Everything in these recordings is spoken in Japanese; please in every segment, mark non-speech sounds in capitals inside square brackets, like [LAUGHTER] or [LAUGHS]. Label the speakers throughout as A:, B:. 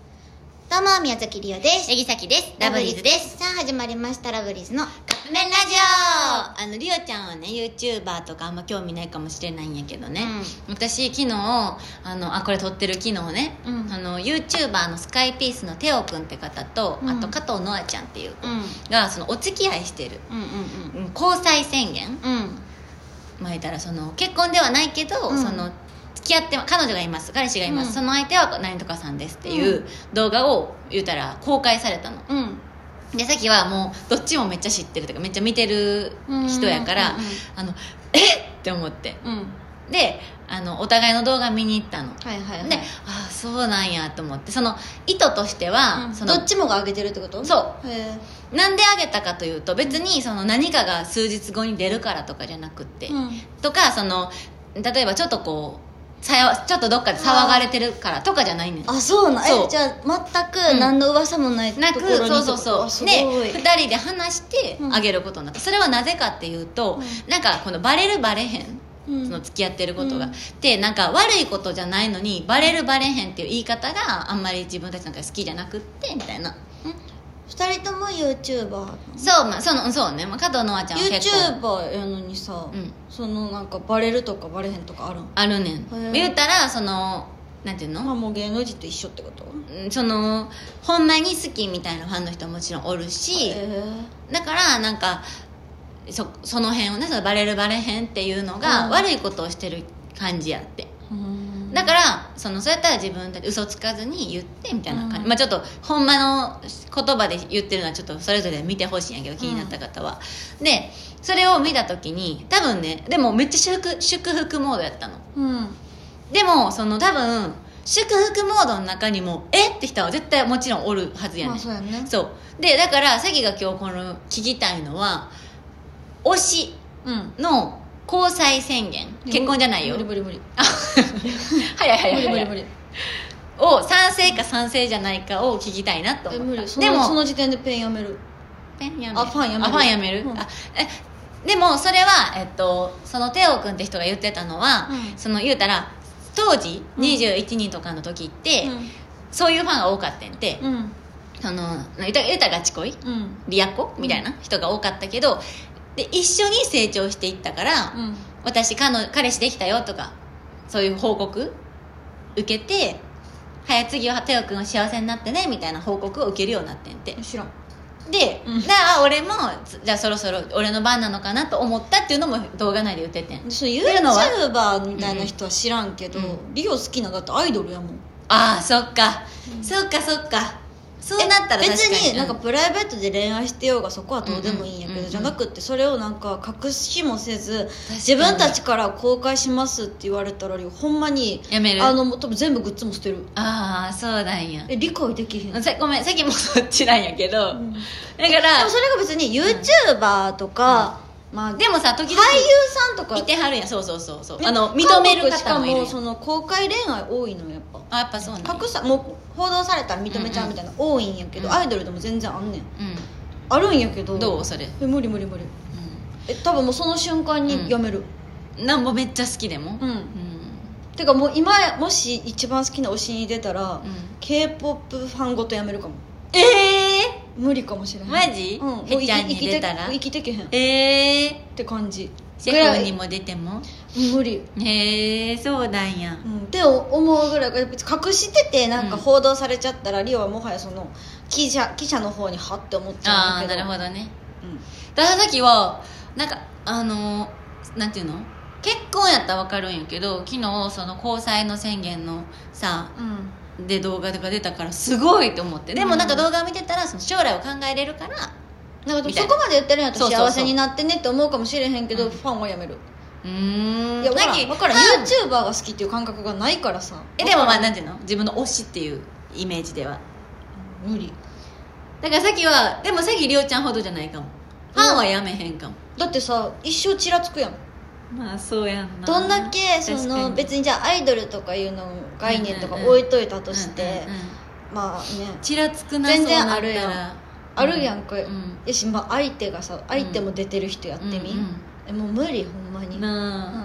A: どうも、宮崎りおです。
B: 柳崎です
A: ラ
B: ラ
A: ブ
B: ブ
A: リー
B: リ
A: ズ
B: ーズ
A: で。
B: ですす
A: さあ、始まりました、ラブリーズの。
B: カップ麺ラジオあのりおちゃんはね YouTuber とかあんま興味ないかもしれないんやけどね、私昨日あのあこれ撮ってる昨日ね、
A: うん
B: あの YouTuber のスカイピースのテオくんって方と、
A: うん
B: あと加藤ノアちゃんっていう子
A: うん。
B: がそのお付き合いしてる
A: うん
B: うん交際宣言
A: うんうん。うん。
B: まあ言ったらその結婚ではないけど、
A: うん
B: その付き合って彼女がいます彼氏がいます、
A: うん
B: その相手は何とかさんですっていうう動画を言ったら公開されたの
A: うん。
B: でさっきはもうどっちもめっちゃ知ってるというかめっちゃ見てる人やから、
A: うんうんうん
B: あのえっって思って
A: うん。
B: であのお互いの動画見に行ったの、
A: はいはいはい。
B: でああそうなんやと思ってその意図としては、
A: うん
B: そ
A: ど
B: の
A: っちもが上げてるってこと。
B: そう
A: へ
B: うなんであげたかというと別にその何かが数日後に出るからとかじゃなくって、
A: え。うん。
B: とかその例えばちょっとこうさやちょっとどっかで騒がれてるからとかじゃないねん
A: あ、そうな。
B: そ
A: え、
B: う
A: じゃあ、全く何の噂もないとこ
B: な
A: ろに
B: く
A: ってこと
B: そうそう
A: あ
B: そ
A: す
B: う
A: ごい。
B: で2人で話して
A: うん
B: あげることになった、それはなぜかっていうと、
A: う
B: なんかこのバレるバレへん
A: うん
B: その付き合ってることが、
A: うん
B: でなんか悪いことじゃないのにバレるバレへんっていう言い方があんまり自分たちなんか好きじゃなくってみたいな
A: 二人とも YouTuber。
B: そうまあそのそうね、まあ、加藤のあちゃんは結構
A: YouTuber やのにさ
B: うん、
A: そのなんかバレるとかバレへんとかあるん
B: あるねん
A: ー
B: 言うたらそのなんていうの、
A: まあもう芸能人と一緒ってこと
B: うんそのほんまに好きみたいなファンの人ももちろんおるし、
A: え
B: だからなんかそその辺をねそのバレるバレへんっていうの
A: う
B: が
A: ん
B: 悪いことをしてる感じやって
A: えうん
B: だからそのそうやったら自分たち嘘つかずに言ってみたいな感じ、
A: うん
B: まあちょっとほんまの言葉で言ってるのはちょっとそれぞれ見てほしいんやけど気になった方は、でそれを見た時に多分ねでもめっちゃ祝福祝福モードやったの
A: うん
B: でもその多分祝福モードの中にもえって人は絶対もちろんおるはずやねん、
A: まあそうやね
B: そうでだからさきが今日この聞きたいのは推し
A: うん
B: の交際宣言結婚じゃないよ
A: 無理無理無理
B: あ [LAUGHS] 早い
A: 無
B: 早い
A: 理無
B: 早
A: 理
B: い
A: 無理
B: を賛成か賛成じゃないかを聞きたいなと
A: え
B: 思
A: 無
B: っ
A: 理
B: た
A: そ
B: で
A: の
B: も
A: その時点でペンやめる
B: ペンやめ
A: あファンやめる
B: あファンやめる、
A: うん
B: あえでもそれは、えっと、そのテオ君って人が言ってたのは、
A: うん
B: その言うたら当時
A: うん
B: 21人とかの時って、そういうファンが多かったんで、
A: うん
B: その言うた言うたらガチ恋
A: うん
B: リアコみたいな人が多かったけどで一緒に成長していったから、
A: うん
B: 私彼の彼氏できたよとかそういう報告受けて早次はテオ君は幸せになってねみたいな報告を受けるようになってんて
A: 知らん
B: で、
A: うん
B: だから俺もつじゃあそろそろ俺の番なのかなと思ったっていうのも動画内で言っててん
A: そう
B: うのは
A: YouTuber みたいな人は知らんけど
B: う
A: リオ好きなだってアイドルやもん
B: ああそっか、そっかそっかそうなったら確かに
A: え別になんか
B: うん
A: プライベートで恋愛してようがそこはどうでもいいんやけど、
B: うんうん
A: じゃなくってそれをなんか隠しもせず
B: に
A: 自分たちから公開しますって言われたらほんまに
B: やめる
A: あのもう多分全部グッズも捨てる
B: ああそうなんや
A: え理解できへん、
B: さごめんさっきもそっちなんやけど、
A: うん
B: だか
A: で
B: ら
A: もそれが別に YouTuber とか、まあ
B: でもさ
A: 俳優
B: 時々
A: さんとか
B: いてはるやんそうそうそうそう
A: え
B: あの認める方も
A: 韓
B: いるや
A: 国
B: ん
A: しかもその公開恋愛多いのやっぱ
B: あやっぱそうなんや
A: 隠さもう報道されたら認めちゃうみたいな、多いんやけど、
B: うん
A: アイドルでも全然あんねん
B: う
A: あるんやけど
B: んどうそれ、
A: え無理無理無理え多分もうその瞬間にやめる
B: うん、なんぼめっちゃ好きでも
A: うん、
B: うん
A: てかもう今もし一番好きな推しに出たら、
B: うん
A: k p o p ファンごとやめるかも
B: ええ
A: 無理かもしれない
B: マジ
A: うんもう
B: へっちゃん
A: 生き
B: に出たら
A: 生きて生きてけへんっ
B: ええ
A: て感じ
B: シェフにも出ても
A: 無理
B: へえそうなんや
A: うんって思うぐらい別に隠しててなんか
B: うん
A: 報道されちゃったら、リオはもはやその記者記者の方にはって思っちゃ
B: あ
A: う
B: あ
A: んだ
B: な
A: け
B: る
A: ど
B: ほどね
A: うん
B: だからさっきはなんかあのーなんていうの結婚やったら分かるんやけど昨日その交際の宣言のさ
A: うん
B: で動画とか出たからすごいと思ってでもなんか
A: うん
B: 動画見てたらその将来を考えれるから
A: なんかでも
B: みたい
A: そ
B: な
A: こまで言ってるんやったら
B: そうそうそう
A: 幸せになってねって思うかもしれへんけど
B: うん
A: ファンはやめる
B: うーん
A: いや分から
B: さ
A: ん
B: っき
A: 分からん
B: ファン
A: YouTuber が好きっていう感覚がないからさ
B: えでもまあなんていうの自分の推しっていうイメージでは
A: 無理
B: だからさっきはでもさっきりおちゃんほどじゃないかもファンはやめへんかも、
A: だってさ一生ちらつくやん
B: まあそうやん
A: どんだけそ
B: 確か
A: の
B: に
A: 別にじゃあアイドルとかいうの概念とか置いといたとして
B: うんうんうん
A: まあね
B: ちらつくな
A: 全然
B: そうな
A: あ
B: ったら
A: るやんあるやんか
B: う
A: よしまあ相手がさ相手も出てる人やってみ
B: うんうん
A: えもう無理ほんまに
B: な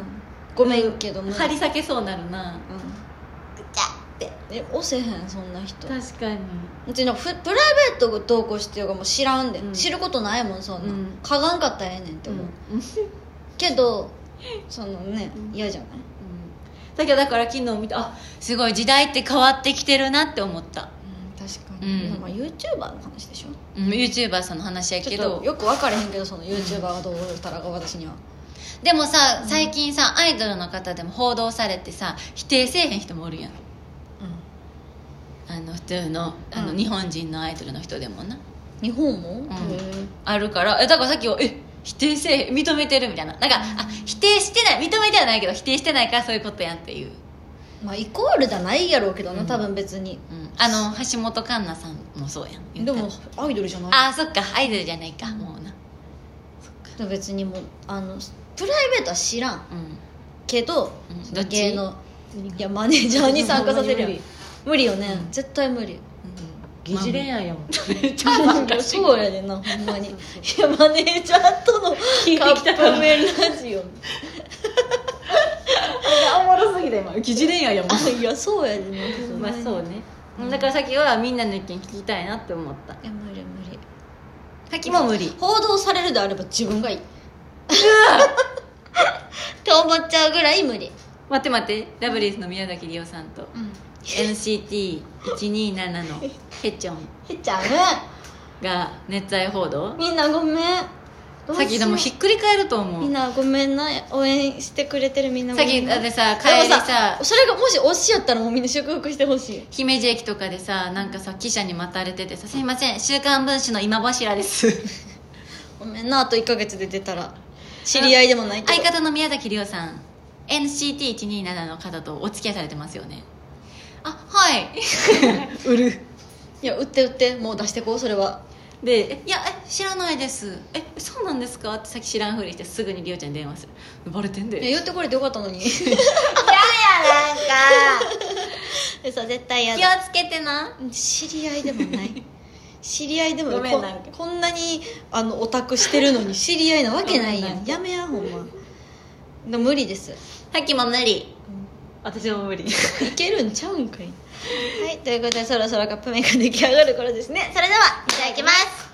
A: うんごめんけど
B: あ、
A: 無理
B: 張り裂けそうなるな
A: うん
B: じゃ
A: ってえ押せへんそんな人
B: 確かに
A: うちのふプライベートがどうこうしてようがもう知らんで、
B: うん
A: 知ることないもんそんな、
B: うん
A: かがんかったらええねんって
B: うん
A: 思う、
B: うん
A: けどそのね
B: うん
A: 嫌じゃない
B: だけどだから昨日見てあすごい時代って変わってきてるなって思った、
A: うん確か
B: に
A: に、まあ、YouTuber の話でしょ
B: うん、YouTuber さんの話やけ
A: ち
B: ど
A: ょっとよく分かれへんけどその YouTuber はどうしたらが私には
B: でもさ最近さアイドルの方でも報道されてさ否定せえへん人もおるやん
A: うん
B: あの普通のあの、
A: うん
B: 日本人のアイドルの人でもな
A: 日本も、
B: ん
A: へえ
B: あるからえだからさっきはえ否定せえへん認めてるみたいなだからあ否定してない認めてはないけど否定してないからそういうことやんっていう、
A: まあイコールじゃないやろうけどな、
B: うん
A: 多分別に
B: うん、あの橋本環奈さんもそうやん言
A: で
B: ったら
A: もアイドルじゃない
B: あそっかアイドルじゃないかもうな
A: でも別にもうあのプライベートは知らん
B: うん
A: けど、
B: うん
A: そ
B: ど
A: の
B: っち
A: 芸能いやマネージャーに参加させるやん
C: うん
A: 無理よね、
B: うん
A: 絶対無理
C: 疑似恋愛やもん
A: そうやでなほんまにいやマネージャーとの
C: 聞いてきたから
A: カップ麺ラジオ
C: おもろすぎて今疑似恋愛やもん
A: あいやそうやでなほん
B: ま
A: ま
B: あ
A: に
B: そうね、だからさっきはみんなの意見聞きたいなって思った
A: いや無理無理
B: さっきも無理
A: 報道されるであれば自分がいい [LAUGHS] って思っちゃうぐらい無理
B: 待って待ってラブリーズの宮崎りおさん
A: [LAUGHS]
B: と NCT127 のヘチョン
A: へっちゃうね
B: が熱愛報道
A: みんなごめんどうし
B: さ
A: よ
B: っ
A: う
B: きでもひっくり返ると
A: み
B: 思
A: ん
B: う
A: なごめんな応援してくれてるみんなご
B: さっ
A: め
B: き
A: ん
B: だ
A: な
B: ってさ帰りさ
A: でもそれがもし推しやったらもうみんな祝福してほしい
B: 姫路駅とかでさなんかさ記者に待たれててさ「すいません週刊文春の今
A: [LAUGHS]
B: 柱です
A: ごめんなあと1か月で出たら知り合いでもない」けど
B: 相方の宮崎りおさん NCT127 の方とお付き合いされてますよねあはい
C: 売る
A: いや売って売ってもう出してこうそれは
B: で「えいやえ知らないですえそうなんですか?」ってさっき知らんふりしてすぐにりおちゃんに電話するバレてん
A: い
B: で
A: や言ってこれてよかったの [LAUGHS] にえさ絶対
B: 気
A: 嫌
B: を
A: だ
B: つけてな
A: 知り合いでもない [LAUGHS] 知り合いでも
B: ごめん
A: こ
B: なんか
A: こんなにあのオタクしてるのに知り合いなわけないや
B: ごめんなん
A: んやめやほんまでも無理です
B: さっきも無理
C: 私も無理
A: [LAUGHS] いけるんちゃうんかいはいということでそろそろカップ麺が出来上がる頃ですねそれではいただきます